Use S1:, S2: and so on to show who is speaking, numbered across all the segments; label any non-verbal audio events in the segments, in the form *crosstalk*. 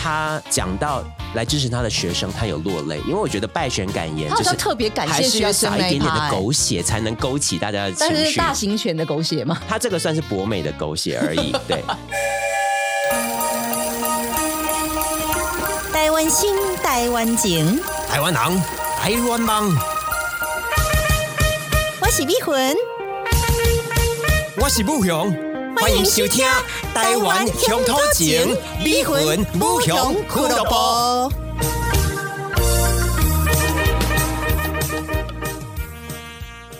S1: 他讲到来支持他的学生，他有落泪，因为我觉得败选感言
S2: 他好
S1: 就是
S2: 像特别感
S1: 还
S2: 谢
S1: 是要
S2: 学生
S1: 撒一
S2: 那一
S1: 点点
S2: 趴
S1: 的
S2: 欸
S1: 狗血，才能勾起大家的情
S2: 但是
S1: 绪。
S2: 大型犬的狗血嘛，
S1: 他这个算是博美的狗血而已，对。
S3: 台湾心，台湾情，
S4: 台湾人，台湾梦，
S3: 我是美魂。
S4: 我是武雄，欢迎收听《台湾乡土情》，美魂武雄俱乐部。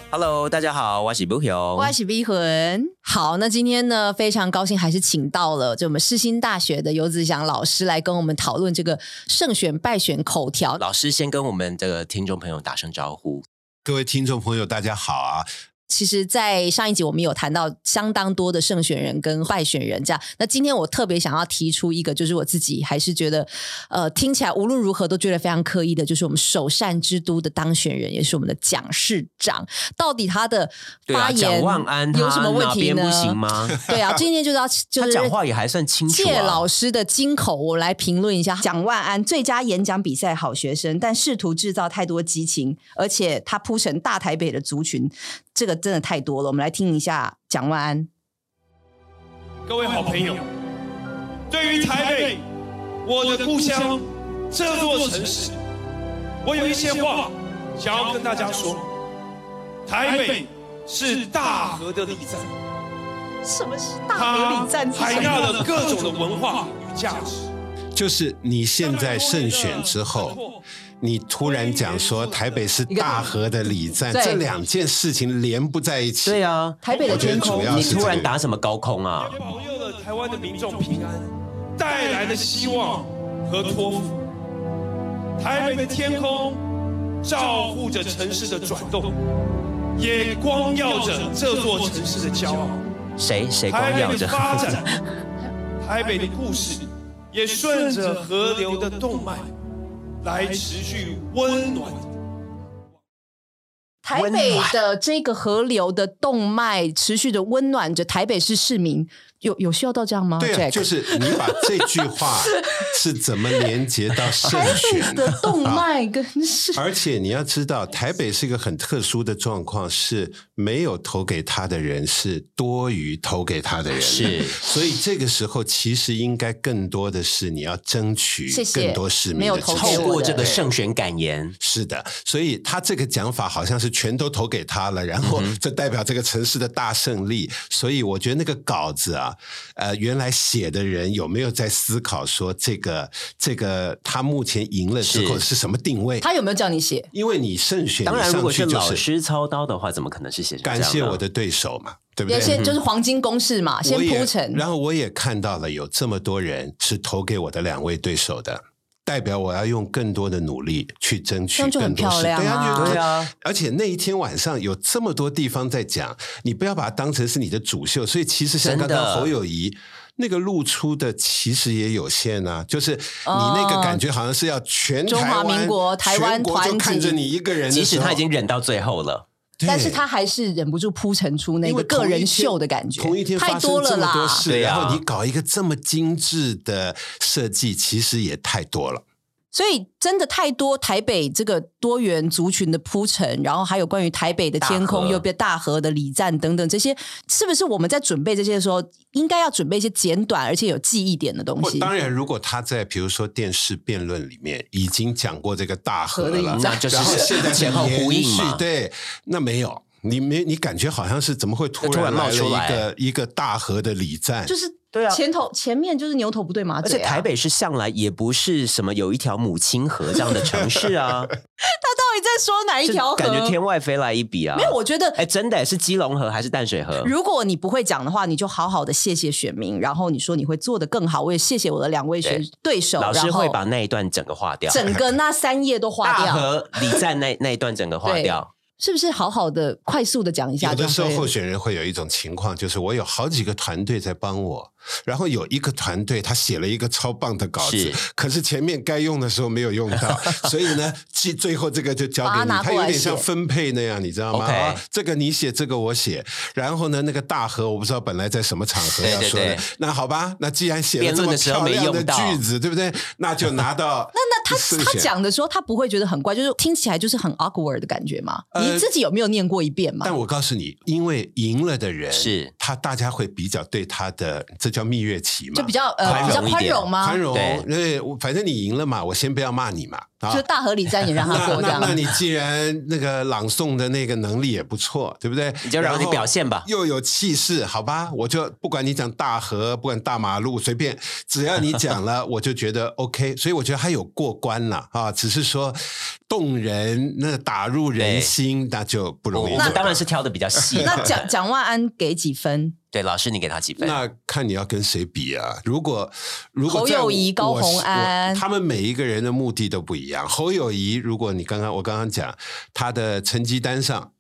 S1: Hello，大家好，我是不雄，
S2: *laughs* 我是 V 魂。好，那今天呢，非常高兴还是请到了就我们世新大学的游子祥老师来跟我们讨论这个胜选败选口条。
S1: 老师先跟我们的听众朋友打声招呼。
S5: 各位听众朋友，大家好啊！
S2: 其实，在上一集我们有谈到相当多的胜选人跟败选人这样。那今天我特别想要提出一个，就是我自己还是觉得，呃，听起来无论如何都觉得非常刻意的，就是我们首善之都的当选人，也是我们的蒋市长，到底他的
S1: 对啊，
S2: 发言
S1: 蒋万安
S2: 有
S1: 他
S2: 什么问
S1: 哪
S2: 题
S1: 边
S2: 呢？
S1: 不行吗？
S6: *laughs*
S2: 对啊，今天就是要就
S1: 他
S2: 是
S1: 讲话也还算清楚、啊。
S2: 借老师的金口，我来评论一下。
S6: 蒋万安最佳演讲比赛好学生，但试图制造太多激情，而且他铺成大台北的族群，这个真的太多了。我们来听一下蒋万安。
S7: 各位好朋友，对于台北，我的故乡这座城市，我有一些话想要跟大家说。台北是大河的礼赞，
S6: 什么是
S7: 它海纳了各种的文化与价值。
S5: 就是你现在胜选之后，，你突然讲说台北是大河的礼赞，
S2: 对
S5: 这两件事情连不在一起。
S1: 对
S5: 啊，
S1: 啊，
S2: 台北的
S5: 我觉得
S2: 天空
S5: 主，要
S1: 你
S5: 是这
S1: 突然
S5: 个。
S1: 打什么高空啊？
S7: 也保佑了台湾的民众平安，带来的希望和托付。台北的天空照护着城市的转动，也光耀着这座城市的骄傲。
S1: 谁谁光
S7: 台
S1: 耀
S7: 北
S1: 着
S7: 的？
S1: *laughs*
S7: 发展，台北的故事，也顺着河流的动脉来持续温暖。
S6: 台
S1: 温
S6: 北
S1: 暖
S6: 的这个河流的动脉持续的温暖着台北市市民，有有需要到这样吗？
S5: 对啊，
S6: Jack？
S5: 就是你把这句话是怎么连接到胜
S6: 台北
S5: 选
S6: 的动
S5: *laughs* 啊
S6: 脉跟市
S5: 而且你要知道，台北是一个很特殊的状况，是没有投给他的人是多于投给他的人，
S1: 是
S5: 所以这个时候其实应该更多的是你要争取
S2: 谢谢
S5: 更多市
S2: 没
S5: 民
S2: 有
S5: 的支
S2: 投
S5: 持
S2: 给
S1: 透
S2: 我
S1: 过
S2: 的
S1: 这个胜选感言，
S5: 是的，所以他这个讲法好像是全都投给他了，然
S6: 嗯
S5: 后这代表这个城市的大胜利。所以我觉得那个稿子啊，呃，原来写的人有没有在思考说这个这个他目前赢了之后
S1: 是
S5: 是什么定位？
S6: 他有没有叫你写？
S5: 因为你胜选，
S1: 当然
S5: 你
S1: 如
S5: 上
S1: 果
S5: 去
S1: 是
S5: 就
S1: 老
S5: 是
S1: 师操刀的话，怎么可能是写成这样啊
S5: 感
S1: 呢
S5: 谢我的对手嘛，对不
S6: 也
S5: 对？
S6: 是就是黄金公式嘛，先
S5: 我也
S6: 铺陈。
S5: 然后我也看到了有这么多人是投给我的两位对手的，代表我要用更多的努力去争
S6: 这
S5: 取
S6: 样就很
S5: 更多
S6: 漂
S5: 事。
S6: 亮啊
S5: 对
S1: 对啊，
S5: 而且那一天晚上有这么多地方在讲，你不要把它当成是你的主秀。所以其实像
S1: 真的
S5: 刚刚侯友谊那个露出的，其实也有限啊。就是你那个感觉好像是要全
S6: 哦中华
S5: 台湾
S6: 民国台湾
S5: 全国
S6: 团
S5: 就
S6: 结
S5: 看着你一个人的时
S1: 即
S5: 候，
S1: 使他已经忍到最后了，
S5: 对，
S6: 但是他还是忍不住铺陈出那
S5: 因
S6: 个
S5: 为同
S6: 个
S5: 一
S6: 人
S5: 天
S6: 秀的感觉，
S5: 同一天
S6: 太
S5: 发生
S6: 多了
S5: 这么多
S6: 啦。
S5: 事，
S1: 对啊
S5: 然后你搞一个这么精致的设计，其实也太多了。
S6: 所以真的太多台北这个多元族群的铺陈，然后还有关于台北的天
S1: 大
S6: 空，
S1: 河
S6: 又变大河的礼赞等等，这些是不是我们在准备这些的时候，应该要准备一些简短而且有记忆点的东
S5: 不，
S6: 西？
S5: 当然，如果他在比如说电视辩论里面已经讲过这个大河
S6: 河的
S5: 了
S6: 影，
S1: 那就是
S5: 然后现在
S1: 前后呼应嘛
S5: 延续对，那没有，你没你感觉好像是怎么会突
S1: 突然冒
S5: 来了
S1: 出来
S5: 一个一个大河的礼赞？
S6: 就是
S1: 对啊
S6: 前头前面就是牛头不对
S1: 而
S6: 马嘴、
S1: 且
S6: 啊，
S1: 台北是向来也不是什么有一条母亲河这样的城市
S5: *laughs*
S1: 啊，
S6: 他到底在说哪一条河？
S1: 就感觉天外飞来一笔啊。
S6: 没有，我觉得
S1: 哎，真的是基隆河还是淡水河？
S6: 如果你不会讲的话，你就好好的谢谢选民，然后你说你会做得更好。我也谢谢我的两位选对手，
S1: 老师
S6: 然后
S1: 会把那一段整个划掉，
S6: 整个那三页都划
S1: 大
S6: 掉，
S1: 河李赞那那一段整个划
S6: 对
S1: 掉。
S6: 是不是？好好的、快速的讲一下
S5: 有
S6: 就
S5: 的时候
S6: 可以了
S5: 候选人会有一种情况，就是我有好几个团队在帮我，然后有一个团队他写了一个超棒的稿子
S1: 是，
S5: 可是前面该用的时候没有用
S2: *laughs*
S5: 到，所以呢，最最后这个就交给
S2: 把它
S5: 你，
S2: 拿
S5: 它
S2: 过来
S5: 有点像
S2: 写
S5: 分配那样，你知道吗
S1: OK
S5: 啊这个你写，这个我写，然后呢，那个大河我不知道本来在什么场合
S1: 对
S5: 要
S1: 对
S5: 说的，
S1: 对
S5: 那好吧，那既然写了
S1: 辩
S5: 这
S1: 论
S5: 么
S1: 的时候
S5: 漂
S1: 没
S5: 亮的
S1: 用到
S5: 句子，对不对？那就拿
S2: *laughs*
S5: 到
S2: 那那他
S5: 四
S2: 他
S5: 选
S2: 讲的时候，他不会觉得很怪，就是听起来就是很 awkward 的感觉吗？
S5: 呃
S2: 你自己有没有念过一遍嘛？
S5: 但我告诉你，因为赢了的人
S1: 是
S5: 他，大家会比较对他的，这叫蜜月期嘛，
S2: 就比较呃
S1: 宽
S2: 比较
S1: 容一
S2: 宽
S1: 点
S2: 容吗？
S5: 宽容
S1: 对。
S5: 因为我反正你赢了嘛，我先不要骂你嘛啊
S2: 就。大河里站也让他
S5: 那 *laughs*
S2: 过这
S5: 那
S2: 样
S5: 那。你既然那个朗诵的那个能力也不错，对不对？
S1: 你就让
S5: 然后
S1: 你表现吧
S5: 又有气势，好吧？我就不管你讲大河，不管大马路，随便，只要你讲
S1: *laughs*
S5: 了，我就觉得 OK。所以我觉得还有过关了啊，只是说动人，那打入人
S1: 对
S5: 心，那就不
S1: 我
S5: 容易
S1: 我
S5: 做
S1: 们
S5: 到。
S1: 当然是挑的比较细。
S6: 那蒋蒋万安给几分？
S1: *laughs* 对老师，你给他几分？
S5: 那看你要跟谁比啊？如果如果
S2: 侯
S5: 在
S2: 友
S5: 我
S2: 宜高
S5: 我
S2: 虹
S5: 我
S2: 安
S5: 他们每一个人的目的都不一样。侯友谊，如果你刚刚我刚刚讲他的成绩单上。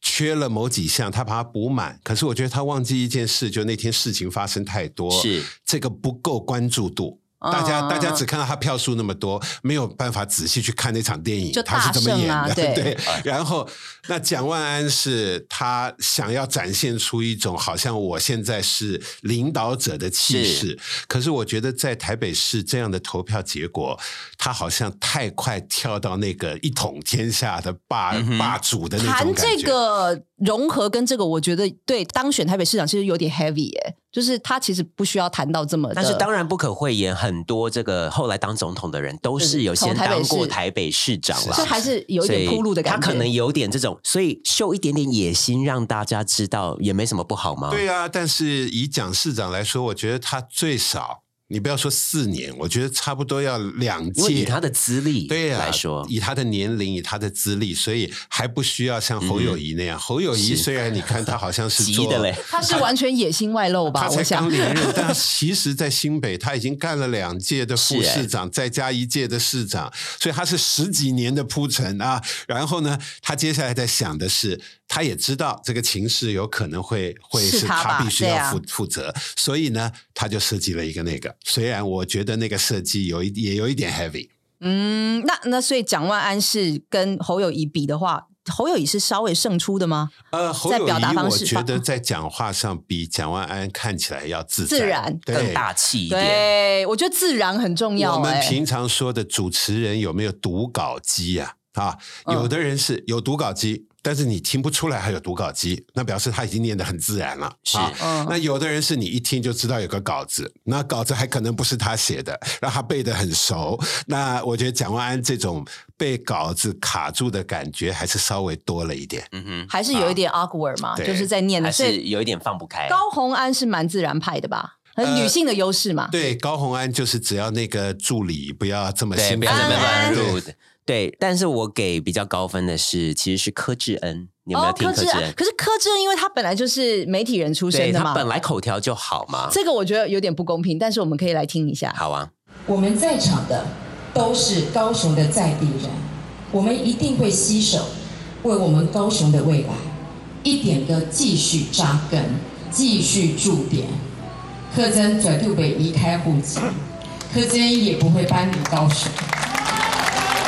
S5: 缺了某几项，他把它补满。可是我觉得他忘记一件事，就那天事情发生太多，
S1: 是
S5: 这个不够关注度。大
S6: 嗯
S5: 家、大家只看到他票数那么多，没有办法仔细去看那场电影，
S2: 就
S5: 他是怎么演的？ *laughs*
S2: 大胜啊对
S5: 然后那蒋万安是他想要展现出一种好像我现在是领导者的气势，可是我觉得在台北市这样的投票结果，他好像太快跳到那个一统天下的霸、
S1: 嗯哼
S5: 霸主的那
S2: 谈
S5: 种感觉。
S2: 这个融合跟这个，我觉得对当选台北市长其实有点 heavy 耶、就是他其实不需要谈到这么的。
S1: 但是当然不可讳言，很多这个后来当总统的人都是有先
S2: 从台北
S1: 当
S2: 市
S1: 过台北市长啦，
S2: 所以还是有一点
S1: 所以
S2: 铺路的感觉。
S1: 他可能有点这种，所以秀一点点野心，让大家知道也没什么不好吗？
S5: 对啊，但是以蒋市长来说，我觉得他最少，你不要说四年，我觉得差不多要两
S1: 因为以
S5: 届。
S1: 他的资历
S5: 对呀、
S1: 来说，
S5: 以他的年龄，以他的资历，所以还不需要像侯友谊那样。侯友谊
S1: 是
S5: 虽然你看他好像是
S1: 急
S5: 做
S1: 的嘞，
S2: 他是完全野心外露吧？
S5: 他
S2: 我
S5: 才
S2: 想
S5: 刚连任，但其实，在新北他已经干了两届的副市长，再加一届的市长，所以他是十几年的铺陈啊。然后呢，他接下来在想的是，他也知道这个情势有可能会会
S6: 是
S5: 是
S6: 他吧
S5: 他必须
S6: 对
S5: 要
S6: 啊
S5: 负、负责，所以呢，他就设计了一个那个。虽然我觉得那个设计有一也有一点 heavy，
S6: 嗯，那那所以蒋万安是跟侯友谊比的话，侯友谊是稍微胜出的吗？
S5: 呃，侯
S6: 在
S5: 友谊
S6: 表达方
S5: 我
S6: 式嗯
S5: 觉
S6: 方
S5: 得在讲话上比蒋万安看起来要自在
S6: 自然
S5: 对
S1: 更大气一点。
S6: 对，我觉得自然很重要、
S5: 我们
S6: 哎
S5: 平常说的主持人有没有读稿机啊？啊，有
S6: 嗯
S5: 的人是有读稿机，但是你听不出来还有读稿机，那表示他已经念得很自然了。
S1: 是
S5: 啊
S6: 嗯
S5: 那有的人是你一听就知道有个稿子，那稿子还可能不是他写的，让他背得很熟。那我觉得蒋万安这种被稿子卡住的感觉还是稍微多了一点。
S1: 嗯
S6: 还是有一点 awkward 嘛，
S5: 对
S6: 就是在念
S1: 哼，
S6: 的，
S1: 还
S6: 所
S1: 是
S6: 以
S1: 有一点放不开。
S6: 高红安是蛮自然派的吧，很
S1: 呃
S6: 女性的优势嘛。
S5: 对，高红安就是只要那个助理不要这么
S1: 对，
S5: 心
S1: 不要
S5: 烦
S1: 那么
S5: 对
S1: 乱入。对，但是我给比较高分的是，其实是柯志恩，你有没有
S6: 哦，
S1: 听
S6: 柯
S1: 柯
S6: 志
S1: 志
S6: 恩，
S1: 恩？
S6: 可是柯志恩因为他本来就是媒体人出
S1: 对
S6: 身的
S1: 他
S6: 嘛，
S1: 本来口条就好嘛。
S6: 这个我觉得有点不公平，但是我们可以来听一下。
S1: 好啊，
S8: 我们在场的都是高雄的在地人，我们一定会携手，为我们高雄的未来一点的继续扎根，继续驻点。柯真绝对不会离开户籍，柯真也不会搬离高雄。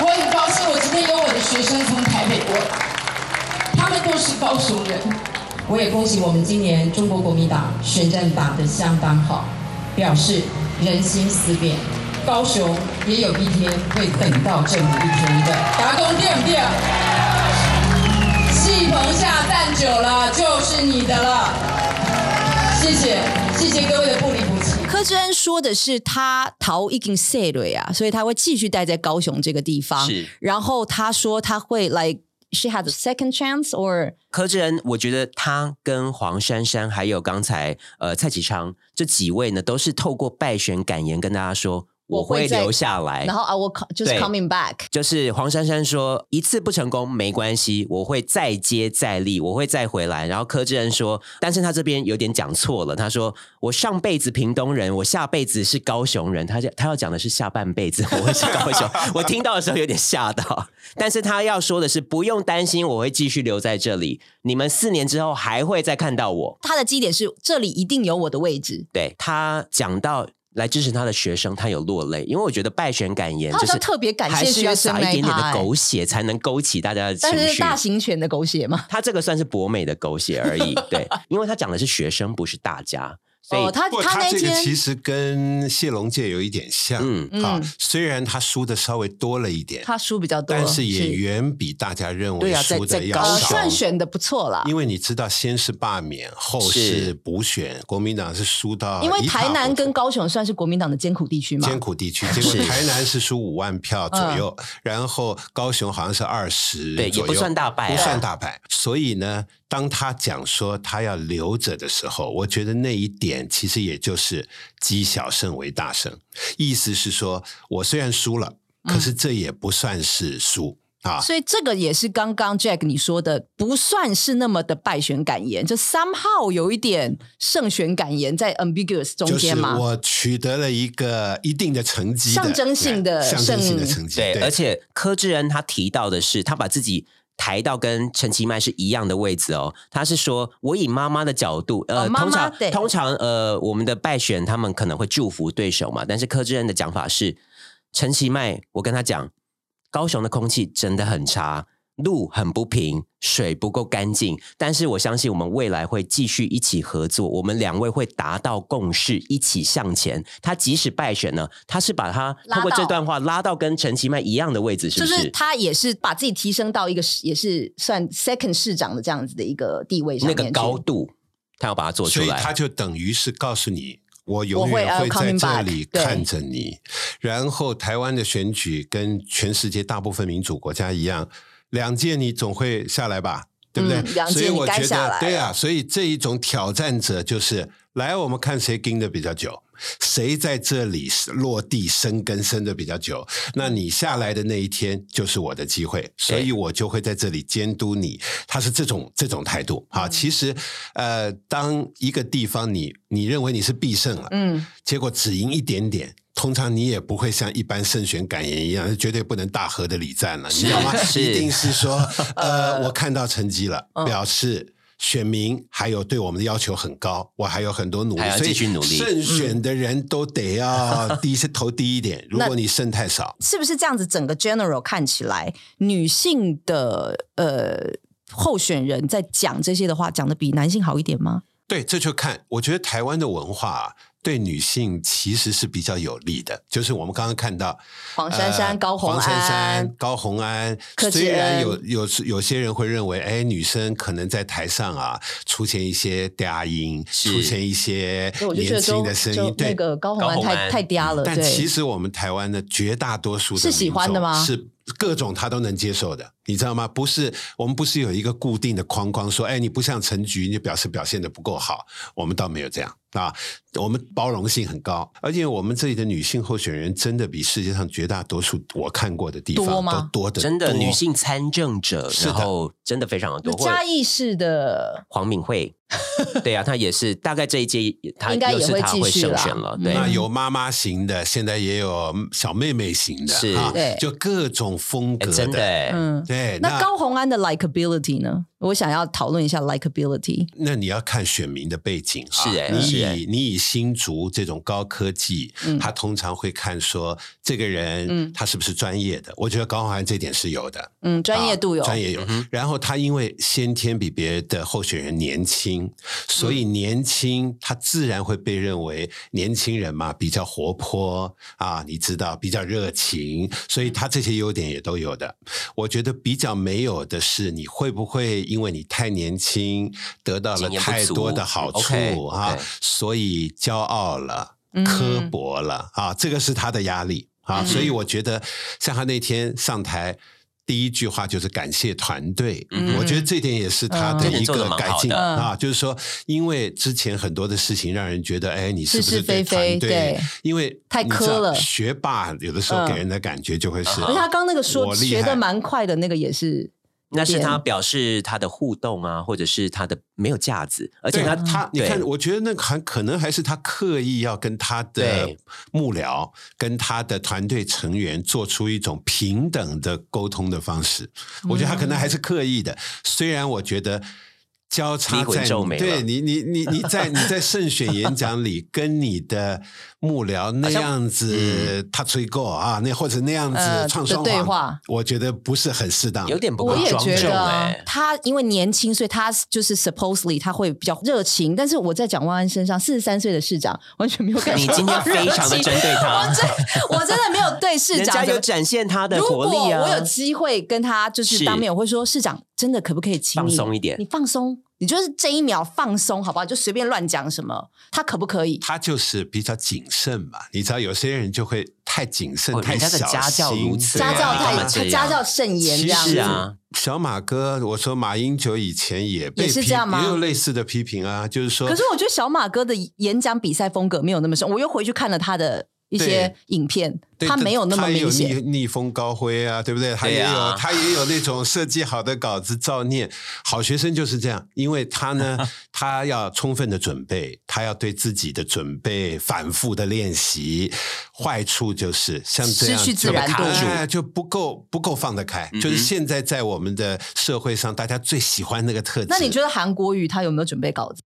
S8: 我很高兴，我今天有我的学生从台北过来，他们都是高雄人。我也恭喜我们今年中国国民党选战打得相当好，表示人心思变，高雄也有一天会等到这么一天的。打工对不对？戏棚下站久了就是你的了。谢谢，谢谢各位的不离不弃。
S6: 柯志恩说的是他逃已经卸了呀，所以他会继续待在高雄这个地方。
S1: 是
S6: 然后他说他会 like she had a second chance or
S1: 柯志恩，我觉得他跟黄珊珊还有刚才呃蔡启昌这几位呢，都是透过败选感言跟大家说。
S2: 我
S1: 我
S2: 会
S1: 会
S2: 在
S1: 留下来。
S2: 然后啊，我就是
S1: 对
S2: coming back，
S1: 就是黄珊珊说一次不成功没关系，我会再接再厉，我会再回来。然后柯志恩说，但是他这边有点讲错了，他说我上辈子屏东人，我下辈子是高雄人，他就他要讲的是下半辈子我会是高雄。 *laughs* 我听到的时候有点吓到，但是他要说的是不用担心，我会继续留在这里，你们四年之后还会再看到我。
S2: 他的基点是这里一定有我的位置。
S1: 对他讲到来支持他的学生，他有落泪，因为我觉得败选感言
S2: 他好
S1: 就
S2: 像
S1: 是
S2: 特别感
S1: 还
S2: 谢
S1: 是要
S2: 学生
S1: 撒
S2: 那
S1: 一
S2: 一
S1: 点点
S2: 趴
S1: 的
S2: 欸
S1: 狗血，才能勾起大家的情
S2: 但是
S1: 绪。
S2: 大型犬的狗血嘛，
S1: 他这个算是博美的狗血而已，对，因为他讲的是学生，不是大家，所以、
S2: 哦，他
S5: 不过
S2: 他那
S5: 这个
S2: 天
S5: 其实跟谢龙介有一点像，
S1: 嗯
S5: 啊
S2: 嗯，
S5: 虽然他输的稍微多了一点，
S2: 他输比较多，
S5: 但是也远比大大家认为
S1: 对啊在
S5: 输的
S1: 在
S5: 要
S1: 高
S2: 呃
S1: 雄啊
S5: 少。
S2: 算选的不错啦。
S5: 因为你知道，先是罢免，后
S1: 是
S5: 是补选，国民党是输到
S2: 因为
S5: 一塌
S2: 台南
S5: 糊涂
S2: 跟高雄算是国民党的艰苦地区嘛，嗯
S5: 艰苦地区，结果
S1: 是
S5: 台南是输五万票左右，然后高雄好像是二十，
S1: 对也不算大败啊
S5: 不算大败。所以呢，当他讲说他要留着的时候，我觉得那一点其实也就是积小胜为大胜，意思是说我虽然输了，可是这也不算是输。啊，
S2: 所以这个嗯也是刚刚 Jack 你说的，不算是那么的败选感言，就 somehow 有一点胜选感言在 ambiguous 中
S5: 就是
S2: 间嘛。
S5: 我取得了一个一定的成绩的，
S2: 象征性的
S5: 象征性的
S2: 胜
S5: 成绩，
S1: 对，而且柯志恩他提到的是，他把自己。抬到跟陈其迈是一样的位置哦，他是说，我以妈妈的角度，呃，
S2: 哦妈妈
S1: 通常
S2: 对
S1: 通常呃，我们的败选他们可能会祝福对手嘛，但是柯志恩的讲法是，陈其迈，我跟他讲，高雄的空气真的很差，路很不平，水不够干净，但是我相信我们未来会继续一起合作，我们两位会达到共识，一起向前。他即使败选呢，他是把他
S2: 拉
S1: 通过这
S2: 到
S1: 段话拉到跟陈其迈一样的位置，是
S2: 就
S1: 不是？
S2: 是他也是把自己提升到一个也是算 second 市长的这样子的一个地位上
S1: 那
S2: 面去，
S1: 个高度，他要把它做出
S5: 所以
S1: 来。
S5: 他就等于是告诉你，我永
S2: 我
S5: 远
S2: 会呃
S5: 会
S2: I'll
S5: 在
S2: coming
S5: 这里
S2: back，对
S5: 看着你。然后台湾的选举跟全世界大部分民主国家一样，两届你总会下来吧，对不对？
S2: 嗯两届
S5: 所以我
S2: 你
S5: 觉
S2: 该下来
S5: 得
S2: 了，
S5: 对啊，所以这一种挑战者就是来，我们看谁盯的比较久。谁在这里落地生根生的比较久？
S1: 嗯
S5: 那你下来的那一天就是我的机会，所以我就会在这里监督你。他是这种这种态度
S1: 嗯
S5: 啊。其实，呃，当一个地方你你认为你是必胜了，
S2: 嗯，
S5: 结果只赢一点点。通常你也不会像一般胜选感言一样，绝对不能大河的礼赞了，你知道吗？
S1: 是嗯
S5: 一定
S1: *laughs*
S5: 是说，呃，我看到成绩了，表示选民还有对我们的要求很高，我还有很多努力
S1: 还要，
S5: 所以
S1: 继续努力
S5: 胜选的人都得 *laughs* 要低是投低一点，如
S2: 那
S5: 果你胜太少，
S6: 是不是这样子？整个 general 看起来，女性的呃候选人在讲这些的话，讲的比男性好一点吗？
S5: *laughs* 对，这就看，我觉得台湾的文化、啊、对女性其实是比较有利的，就是我们刚刚看到
S2: 黄珊珊
S5: 呃
S2: 高虹
S5: 黄珊
S2: 安
S5: 珊、高红安
S2: 柯，志
S5: 虽然
S2: 恩
S5: 有有有些人会认为，哎，女生可能在台上啊出现一些嗲音，
S1: 是
S5: 出现一些
S2: 对，我就觉得
S5: 年轻
S2: 就
S5: 的声
S2: 就
S5: 音，
S2: 那
S5: 对。
S2: 个高虹安
S1: 高虹
S2: 太
S1: 安
S2: 太嗲了，
S5: 但其
S2: 对，
S5: 实我们台湾的绝大多数的
S2: 是喜欢的
S5: 民众
S2: 吗
S5: 是各种他都能接受的，你知道吗？不是我们不是有一个固定的框框说，哎，你不像陈菊，你表示表现的不够好，我们倒没有这样啊，我们包容性很高，而且我们这里的女性候选人真的比世界上绝大多数我看过的地方
S2: 多吗
S5: 都多的
S1: 真的女性参政者，
S5: 是的
S1: 然后真的非常的多。或者
S2: 嘉义市的
S1: 黄敏
S5: *laughs*
S1: 惠，对啊，她也是大概这一届，她
S2: 应该也
S1: 又是
S2: 会
S1: 她
S2: 继
S1: 会
S2: 续
S1: 胜
S2: 啦
S1: 选了，
S6: 嗯
S1: 对。哎
S2: 嗯
S5: 那有妈妈型的，现在也有小妹妹型的，
S1: 是
S5: 啊
S2: 对，
S5: 就各种风
S1: 哎
S5: 格
S1: 真的哎、
S2: 嗯。
S5: 对，
S2: 那高虹安的 likability 呢？我想要讨论一下 likability。
S5: 那你要看选民的背景啊，
S1: 是欸
S5: 你
S1: 是嗯
S5: 以、
S1: 欸
S5: 你以新竹这种高科技，他通常会看说这个人、
S2: 嗯
S5: 他是不是专业的。我觉得高宏安这点是有的，
S2: 嗯，专业度有，
S5: 啊专业有。然后他因为先天比别的候选人年轻，所以年轻他自然会被认为年轻人嘛比较活泼啊，你知道比较热情，所以他这些优点也都有的。我觉得比较没有的是，你会不会因为你太年轻，得到了
S1: 经验不
S5: 太
S1: 足
S5: 多的好处
S1: OK，
S5: 啊
S1: OK，
S5: 所以骄傲了、刻薄了啊，这个是他的压力啊。所以我觉得，像他那天上台。第一句话就是感谢团队，我觉得这点也是他
S1: 这
S5: 的
S1: 点
S5: 一
S1: 做得
S5: 个
S1: 蛮
S5: 改
S1: 好
S5: 进
S1: 的
S5: 啊，就是说，因为之前很多的事情让人觉得，哎，你是不
S2: 是
S5: 是
S2: 是非
S5: 对
S2: 非
S5: 团队
S2: 对？
S5: 因为
S2: 太
S5: 你知道
S2: 苛了
S5: 学霸有的时候
S6: 嗯
S5: 给人的感觉就会是，
S6: 而且他刚那个说
S5: 我厉
S6: 学
S5: 害
S6: 的蛮快的那个也是，
S1: 那是他表示他的互动啊，或者是他的没有架子，而且
S5: 对
S1: 他
S6: 嗯
S5: 他，你
S1: 对
S5: 看，我觉得那还可能还是他刻意要跟他的
S1: 对
S5: 幕僚、跟他的团队成员做出一种平等的沟通的方式。我觉得他可能还是
S6: 嗯
S5: 刻意的，虽然我觉得。交叉
S1: 离魂
S5: 在
S1: 皱眉了
S5: 对你，你你
S1: *laughs*
S5: 你在你在胜选演讲里跟你的幕僚那样子，
S1: 嗯
S5: 他吹够啊，那或者那样
S6: 呃
S5: 子唱
S6: 的
S5: 双
S6: 对
S5: 簧
S6: 话
S5: 我觉得不是很欸适当。
S1: 有点不
S6: 我
S1: 够
S6: 也
S1: 庄
S6: 觉
S1: 重
S6: 得啊
S1: 哎、
S6: 他因为年轻，所以他就是 supposedly 他会比较热情，但是我在蒋万安身上，四十三岁的市长完全没有感
S1: 你
S6: 觉到
S1: 今
S6: 热情。
S1: 天非常的针对他
S6: 我真我真的没有对市
S1: 人
S6: 长
S1: 家
S6: 怎
S1: 有
S6: 么
S1: 展现他的
S6: 如
S1: 活
S6: 果
S1: 力啊。
S6: 我有机会跟他就是
S1: 是
S6: 当面，我会说市长真的可不可以请你
S1: 放松一点
S6: 你放松，你就是这一秒放松，好不好？就随便乱讲什么，他可不可以？
S5: 他就是比较谨慎嘛，你知道有些人就会太谨慎、
S1: 哦
S5: 太
S1: 人家的
S5: 小心，
S1: 家教如此
S5: 对
S6: 家
S5: 啊
S6: 教
S1: 你干嘛
S6: 太
S1: 这样
S6: 家教甚严这
S5: 其
S6: 样
S5: 实
S1: 是
S6: 子。
S1: 啊，
S5: 小马哥，我说马英九以前也被
S6: 也是
S5: 批
S6: 这样吗
S5: 也有类似的批评啊，就是说，
S6: 可是我觉得小马哥的演讲比赛风格没有那么深，我又回去看了他的一些
S5: 对
S6: 影片，
S5: 对
S6: 他没有那么
S5: 他也
S6: 明显
S5: 逆。逆风高飞啊，对不对？他也有、
S1: 对啊
S5: 他也有那种设计好的稿子照念。好学生就是这样，因为他呢，他要充分的准备，他要对自己的准备反复的练习。坏处就是像这样
S6: 失去自然度
S5: 就卡哎就不够不够放得开。就是现在在我们的社会上，大家最喜欢那个特质。
S6: 那你觉得韩国瑜他有没有准备稿子？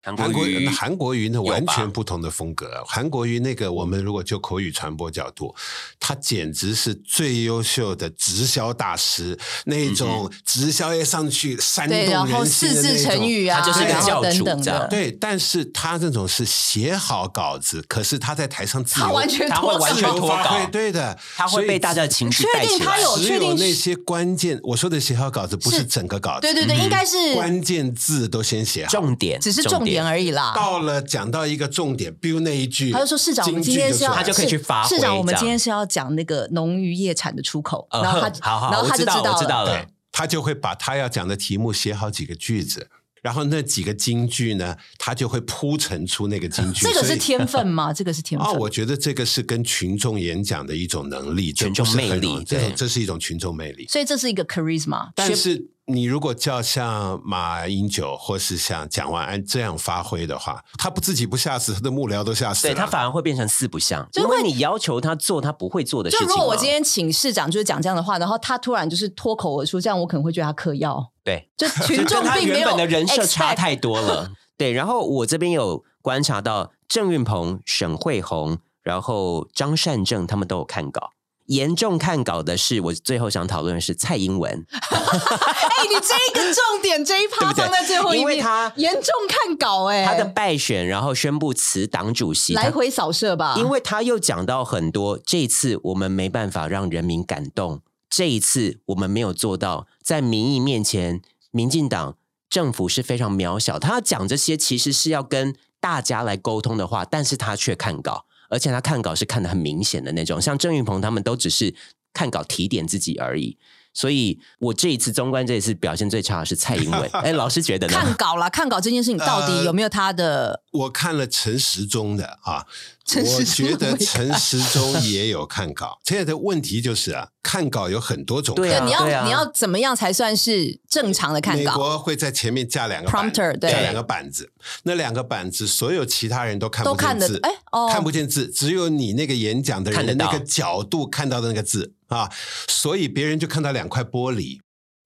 S1: 韩
S5: 韩国
S1: 国
S5: 瑜
S1: 瑜
S5: 那韩国瑜呢，
S1: 有吧
S5: 完全不同的风格。韩国瑜那个，我们如果就口语传播角度，他简直是最优秀的直销大师，那一
S1: 嗯
S5: 种直销业上去煽动
S6: 对，然后
S5: 人
S6: 四
S5: 心的那
S6: 字
S5: 种。
S6: 成语啊，
S1: 他就是
S5: 个
S6: 然后
S1: 教
S6: 等
S1: 主
S6: 等
S1: 这样
S6: 的，
S5: 对，但是他这种是写好稿子，可是他在台上自由
S6: 他完全
S1: 他会
S6: 脱
S1: 完
S5: 自
S1: 全
S5: 由
S1: 脱
S5: 发
S1: 稿
S5: 挥，对的，
S1: 他会被大家的情绪
S6: 确
S1: 带
S6: 定
S1: 起
S6: 他
S1: 来。
S6: 有
S5: 所以只
S6: 确定
S5: 有
S6: 是
S5: 那些关键。我说的写好稿子不是
S6: 是
S5: 整个稿子，
S6: 对对
S1: 嗯
S6: 对，应该是
S5: 关键字都先写好，
S1: 重点
S6: 只是重点而已啦。
S5: 到了讲到一个重点，比如那一句，
S6: 啊他就说：“市长，我们今
S5: 京
S6: 天
S5: 剧
S6: 是要
S5: 出来
S1: 他
S5: 了
S1: 就可以去发挥
S6: 市长，我们
S1: 这样
S6: 今天是要讲那个农渔业产的出口。”
S1: 呃
S6: 然后他，
S1: 好好，
S6: 然后
S1: 我
S6: 他就
S1: 知道，我知道
S6: 了。
S1: 了
S5: 对。，他就会把他要讲的题目写好几个句子，然后那几个金句呢，他就会铺陈出那个金句。
S6: 这个
S5: 所
S6: 是
S5: 以
S6: 天
S1: *laughs*
S6: 分吗？这个是天
S5: 啊、
S6: 分。
S5: 我觉得这个是跟群众演讲的一种能力，这
S1: 群众
S5: 不是很
S1: 魅力
S5: 容易这种
S1: 对
S5: 这是一种群众魅力。
S6: 所以这是一个 charisma。
S5: 但
S6: 学
S5: 是你如果叫像马英九或是像蒋万安这样发挥的话，他不自己不吓死，他的幕僚都吓死
S1: 对
S5: 了。
S1: 他反而会变成四不像，
S6: 就
S1: 因
S6: 会
S1: 为你要求他做他不会做的事
S6: 就
S1: 情嘛。
S6: 如果我今天请市长就是讲这样的话，然后他突然就是脱口而出，这样我可能会觉得他嗑药。
S1: 对，
S6: 就群
S1: *laughs* 就
S6: 众
S1: 跟他
S6: 并没
S1: 原
S6: 有
S1: 本的人设差
S6: expect
S1: 太多了。对，然后我这边有观察到郑运鹏、沈惠宏，然后张善政他们都有看稿。严重看稿的是，我最后想讨论的是蔡英文，
S6: *laughs* 哎，你这一个重点这一
S1: 对
S6: 趴
S1: 不对
S6: 放在最后一
S1: 因为
S6: 面，
S1: 他
S6: 严重看稿哎，
S1: 他的败选，然后宣布辞党主席，
S6: 来
S1: 他
S6: 回扫射吧，
S1: 因为他又讲到很多，这一次我们没办法让人民感动，这一次我们没有做到，在民意面前，民进党政府是非常渺小。他讲这些其实是要跟大家来沟通的话，但是他却看稿，而且他看稿是看得很明显的那种，像郑云鹏他们都只是看稿提点自己而已。所以我这一次中观这一次表现最差的是蔡英
S6: *laughs*
S1: 文，哎，老师觉得
S6: 看
S1: 呢？
S6: 稿啦，看稿这件事情到底
S5: 呃
S6: 有没有他的？
S5: 我看了陈时中的啊，
S6: 陈时中
S5: 我觉
S6: 我
S5: 得
S6: 没看
S5: 陈时中也有看稿。现在的问题就是啊，看稿有很多种看
S1: 对啊
S5: 法，
S6: 你要、
S1: 对啊
S6: 你要怎么样才算是正常的看
S5: 美
S6: 稿？
S5: 国会在前面架两个板
S6: Prompter，对
S5: 架两个板子，那两个板子所有其他人都看不
S6: 都看
S5: 见
S6: 得
S5: 字，
S6: 哎哦
S5: 看不见字，只有你那个演讲的人的
S1: 看得
S5: 那
S1: 到
S5: 个角度看到的那个字啊，所以别人就看到两块玻璃。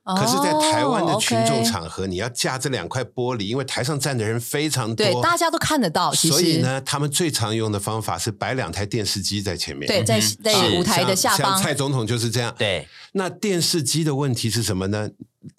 S5: 可是，在台湾的群
S6: 哦
S5: 众
S6: 哦，OK
S5: 场合，你要架这两块玻璃，因为台上站的人非常多，
S6: 对，大家都看得到。其实，
S5: 所以呢，他们最常用的方法是摆两台电视机在前面。
S6: 对，在
S1: 嗯
S6: 在
S5: 啊
S6: 舞台的
S5: 像
S6: 下
S5: 像
S6: 方，
S5: 蔡总统就是这样。，
S1: 对
S5: 那电视机的问题是什么呢？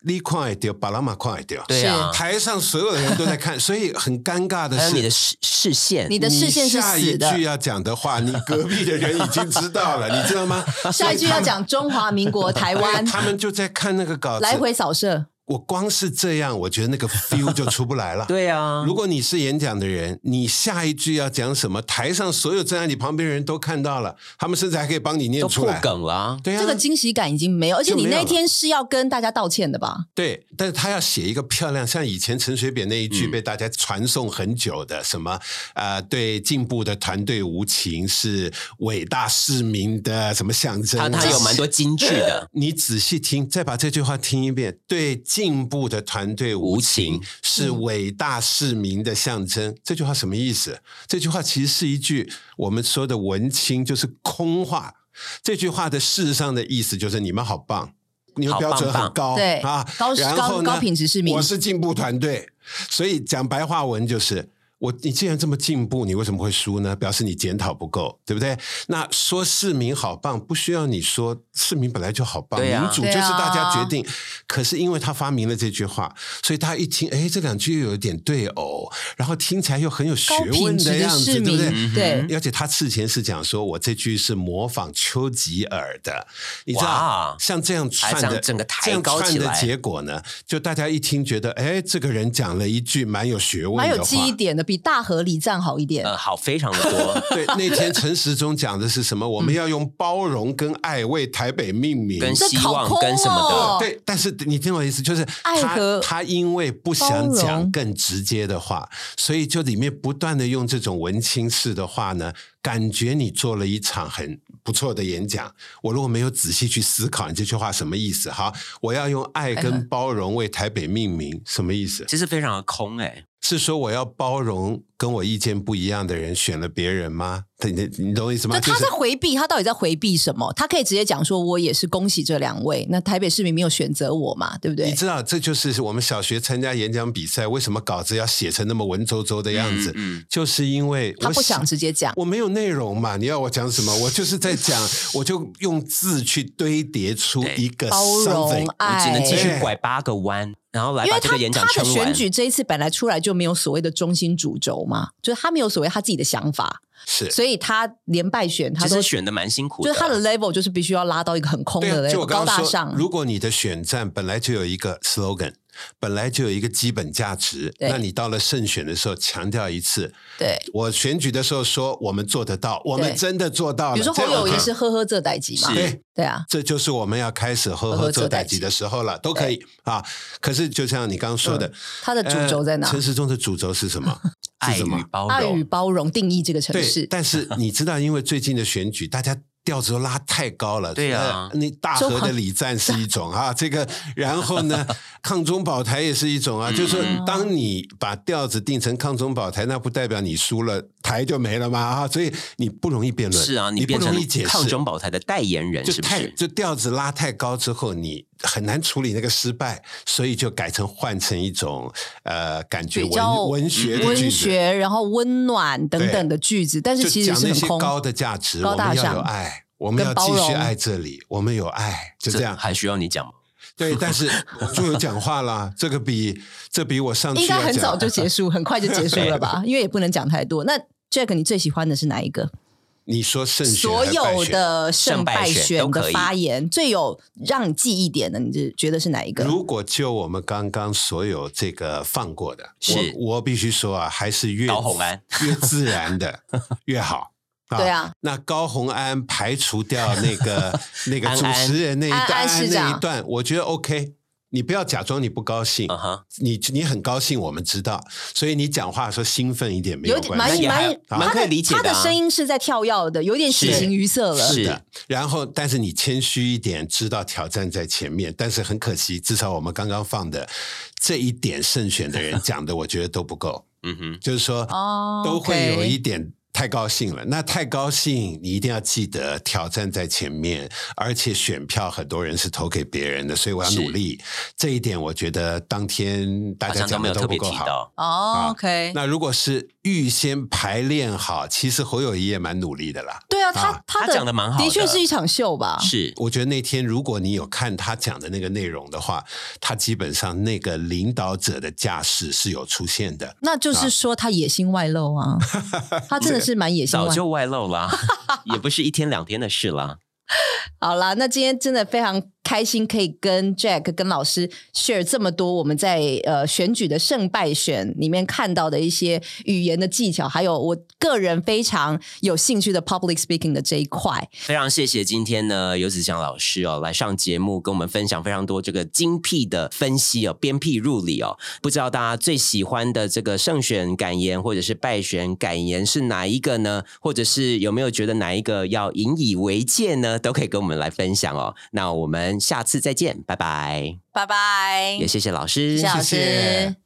S5: 你快掉，巴拉马快掉。
S1: 对啊，
S5: 台上所有的人都在
S1: *laughs*
S5: 看，所以很尴尬的
S1: 还有
S5: 是，
S1: 你的视视线，
S6: 你的视线是
S5: 下一
S6: 死
S5: 句
S6: 的。
S5: 要讲的话，你隔壁的人已经知道
S1: *laughs*
S5: 了，你知道吗？
S6: 下一句要讲中华民国台
S5: 对 *laughs*
S6: 湾，
S5: 他们就在看那个稿子，
S6: 来回扫射。
S5: 我光是这样，我觉得那个 feel 就出不
S1: *laughs*
S5: 来了。
S1: 对啊，
S5: 如果你是演讲的人，你下一句要讲什么，台上所有站在你旁边的人都看到了，他们甚至还可以帮你念
S1: 都
S5: 出
S1: 破
S5: 来。
S1: 梗了啊，
S5: 对啊，
S6: 这个惊喜感已经没有，而且你
S5: 就没有
S6: 那
S5: 了
S6: 天是要跟大家道歉的吧？
S5: 对，但是他要写一个漂亮，像以前陈水扁那一
S1: 嗯
S5: 句被大家传颂很久的，什么呃，对进步的团队无情是伟大市民的什么象征啊、
S1: 他他有蛮多金句 *laughs*
S5: *laughs*
S1: 的，
S5: 你仔细听，再把这句话听一遍。对进步的团队无情
S1: 无情
S5: 是伟大市民的象征。这句话什么意思？这句话其实是一句我们说的文青，就是空话。这句话的事实上的意思就是你们好棒，你们
S1: 好棒
S5: 标准很
S1: 棒
S5: 高，
S6: 对
S5: 啊，
S6: 高
S5: 然后呢
S6: 高高品质市民
S5: 我是进步团队，所以讲白话文就是。我你既然这么进步，你为什么会输呢？表示你检讨不够，对不对？那说市民好棒，不需要你说，市民本来就好棒，
S1: 对啊
S5: 民主就是大家决定。可是因为他发明了这句话，所以大家一听，哎，这两句又有点对偶，然后听起来又很有学
S6: 高
S5: 问
S6: 品质
S5: 样
S6: 的
S5: 子，
S6: 市
S5: 对
S6: 民
S5: 不对？
S6: 对
S5: 而且他事前是讲说，我这句是模仿丘吉尔的，你知道
S1: 哇，
S5: 像这样串
S1: 还这
S5: 的
S1: 样整个抬
S5: 这样
S1: 高
S5: 串
S1: 起
S5: 的
S1: 来
S5: 结果呢，就大家一听觉得，哎，这个人讲了一句蛮有学问
S6: 蛮
S5: 的
S6: 有
S5: 话。。
S6: 记忆点的，比大河里藏好一点。
S1: 呃，好，非常的多
S5: *laughs* 对，那天陈时中讲的是什么？我们要用包容跟爱为台北命名。
S1: 跟
S6: 这
S1: 希
S6: 考
S1: 望
S6: 空
S1: 跟什么的，
S6: 哦
S5: 对，但是你听我意思，就是
S6: 爱
S5: 他
S6: 和
S5: 他因为不想
S6: 包
S5: 讲
S6: 容
S5: 更直接的话，所以就里面不断的用这种文青式的话呢，感觉你做了一场很不错的演讲。我如果没有仔细去思考你这句话什么意思，好，我要用爱跟包容为台北命名，什么意思？
S1: 其实非常的空哎、
S5: 是说我要包容跟我意见不一样的人，选了别人吗？你你你懂我意思吗？
S6: 就
S5: 就
S6: 他
S5: 是
S6: 在回避，他到底在回避什么？他可以直接讲说：“我也是恭喜这两位。”那台北市民没有选择我嘛，对不
S5: 你
S6: 对？
S5: 知道，这就是我们小学参加演讲比赛，为什么稿子要写成那么文绉绉的样子？
S1: 嗯嗯
S5: 就是因为我
S6: 他不想直接讲。
S5: 我没有内容嘛，你要我讲什么？我就是在讲，
S6: *laughs*
S5: 我就用字去堆叠出一个
S6: 包容
S5: something。
S1: 我只
S6: 爱
S1: 能，继续
S5: 哎
S1: 拐八个弯，然后来
S6: 因
S1: 把
S6: 为
S1: 这
S6: 他
S1: 个演讲
S6: 他的
S1: 撑
S6: 选
S1: 完。
S6: 举这一次本来出来就没有所谓的中心主轴嘛，就是他没有所谓他自己的想法，
S5: 是，
S6: 所以他连败选他
S1: 其
S6: 都
S1: 实选的蛮辛苦的，
S6: 就是他的 level 就是必须要拉到一个很空
S5: 对
S6: 的
S5: 啊，就
S6: level，
S5: 我
S6: 高
S5: 刚
S6: 大
S5: 刚说
S6: 上，。
S5: 如果你的选战本来就有一个 slogan，本来就有一个基本价值，
S6: 对
S5: 那你到了胜选的时候强调一次。
S6: 对，
S5: 我选举的时候说我们做得到，我们
S6: 对
S5: 真的做到了。
S6: 比如说
S5: 这
S6: 侯
S5: 样
S6: 友
S5: OK
S6: 谊是呵呵这代级嘛，
S5: 对
S6: 对啊，
S5: 这就是我们要开始呵呵做代级的时候了，都可以啊。可是就像你刚刚说的，
S6: 他的主轴在哪
S5: 呃？陈时中的主轴是什么？
S1: 爱
S5: 是什
S1: 与
S5: 么？
S1: 包
S6: 爱与
S1: 容，
S6: 包容定义这个城
S5: 对，
S6: 市，
S5: 但是你知道，因为最近的选举，大家。调子都拉太高了，
S1: 对啊
S5: 呃你大河的礼赞是一种啊，这个，然后呢，抗中保台也是一种啊，就是说当你把调子定成抗中保台，那不代表你输了，台就没了嘛啊，所以你不容易辩论，
S1: 是啊，
S5: 你不
S1: 变成
S5: 容易解释，
S1: 抗中保台的代言人，
S5: 就是
S1: 不
S5: 太
S1: 是？
S5: 就调子拉太高之后，你很难处理那个失败，所以就改成换成一种呃感觉
S6: 比较
S5: 文文学的句
S6: 温
S5: 子，
S6: 学，然后温暖等等的句子，但是其实
S5: 就讲
S6: 是
S5: 那
S6: 很
S5: 些
S6: 空。
S5: 高的价值，
S6: 高
S5: 我们
S6: 大
S5: 要有
S6: 上
S5: 爱，我们要
S6: 跟包
S5: 继续
S6: 容
S5: 爱这里，我们有爱，就这
S6: *laughs*
S5: 样。
S1: 还需要你讲吗？
S5: 对，但是我就有讲话啦，这个比这比我上去
S6: 应该
S5: 要
S6: 很
S5: 啊讲
S6: 早就结束，很快就结束了
S5: *laughs*
S6: 吧？因为也不能讲太多。那 Jack，你最喜欢的是哪一个？
S5: 你说胜选
S6: 所
S5: 还是败
S6: 有
S5: 选
S6: 的胜
S1: 胜败
S6: 败
S1: 选
S6: 选
S1: 都
S6: 的
S1: 可以
S6: 发言，最有让你记忆点的，你就觉得是哪一个？
S5: 如果就我们刚刚所有这个放过的，
S1: 是
S5: 我我必须说啊，还是越
S1: 高虹安
S5: *laughs* 越自然的 *laughs* 越好。
S6: 对啊，
S5: 那高洪安排除掉那
S6: *laughs*
S5: 个那个
S1: 安
S5: 主持人那一段
S6: 安安市
S5: 那
S6: 长
S5: 一段，我觉得 OK。你不要假装你不高兴
S1: 嗯哼，
S5: 你你很高兴，我们知道，所以你讲话的时候兴奋一点没
S6: 有点
S5: 关
S6: 哎蛮
S5: 系。
S1: 也还
S6: 蛮
S1: 蛮
S6: 他的
S1: 可以理解的
S6: 他
S1: 啊
S6: 的声音是在跳跃的，有点喜
S1: 是
S6: 形于色了。哦
S1: 是
S5: 的，然后但是你谦虚一点，知道挑战在前面，但是很可惜，至少我们刚刚放的这一点胜选的人讲的，我觉得都
S1: *laughs*
S5: 不够，
S1: 嗯哼，
S5: 就是说
S6: 哦
S5: 都会有
S6: OK
S5: 一点。太高兴了，那太高兴，你一定要记得挑战在前面，而且选票很多人是投给别人的，所以我要
S1: 是
S5: 努力。这一点我觉得当天大
S1: 好
S5: 家
S1: 像都
S5: 讲
S1: 没有
S5: 的都
S1: 特
S5: 不
S1: 别
S5: 够
S1: 提
S5: 好。
S1: 到，
S6: 哦，OK，
S5: 啊那如果是预先排练好，其实侯友谊也蛮努力的啦。
S6: 对啊，他
S5: 啊
S6: 他
S1: 他讲得蛮好的
S6: 的确是一场秀吧？
S1: 是
S5: 我觉得那天如果你有看他讲的那个内容的话，他基本上那个领导者的架势是有出现的。
S6: 那就是说他野心外露
S5: *laughs*
S6: 啊，他真的是蛮野心
S1: 早
S6: 外露。
S1: 就 *laughs* 外露啦，也不是一天两天的事啦。
S6: 好啦，那今天真的非常开心可以跟 Jack 跟老师 share 这么多我们在呃选举的胜败选里面看到的一些语言的技巧，还有我个人非常有兴趣的 public speaking 的这一块。
S1: 非常谢谢今天呢游子祥老师哦来上节目跟我们分享非常多这个精辟的分析哦，鞭辟入里哦。不知道大家最喜欢的这个胜选感言或者是败选感言是哪一个呢？或者是有没有觉得哪一个要引以为戒呢？都可以跟我们来分享哦。那我们下次再见，拜拜。
S6: 拜拜，
S1: 也谢谢老师，
S6: 谢谢老师。
S5: 谢谢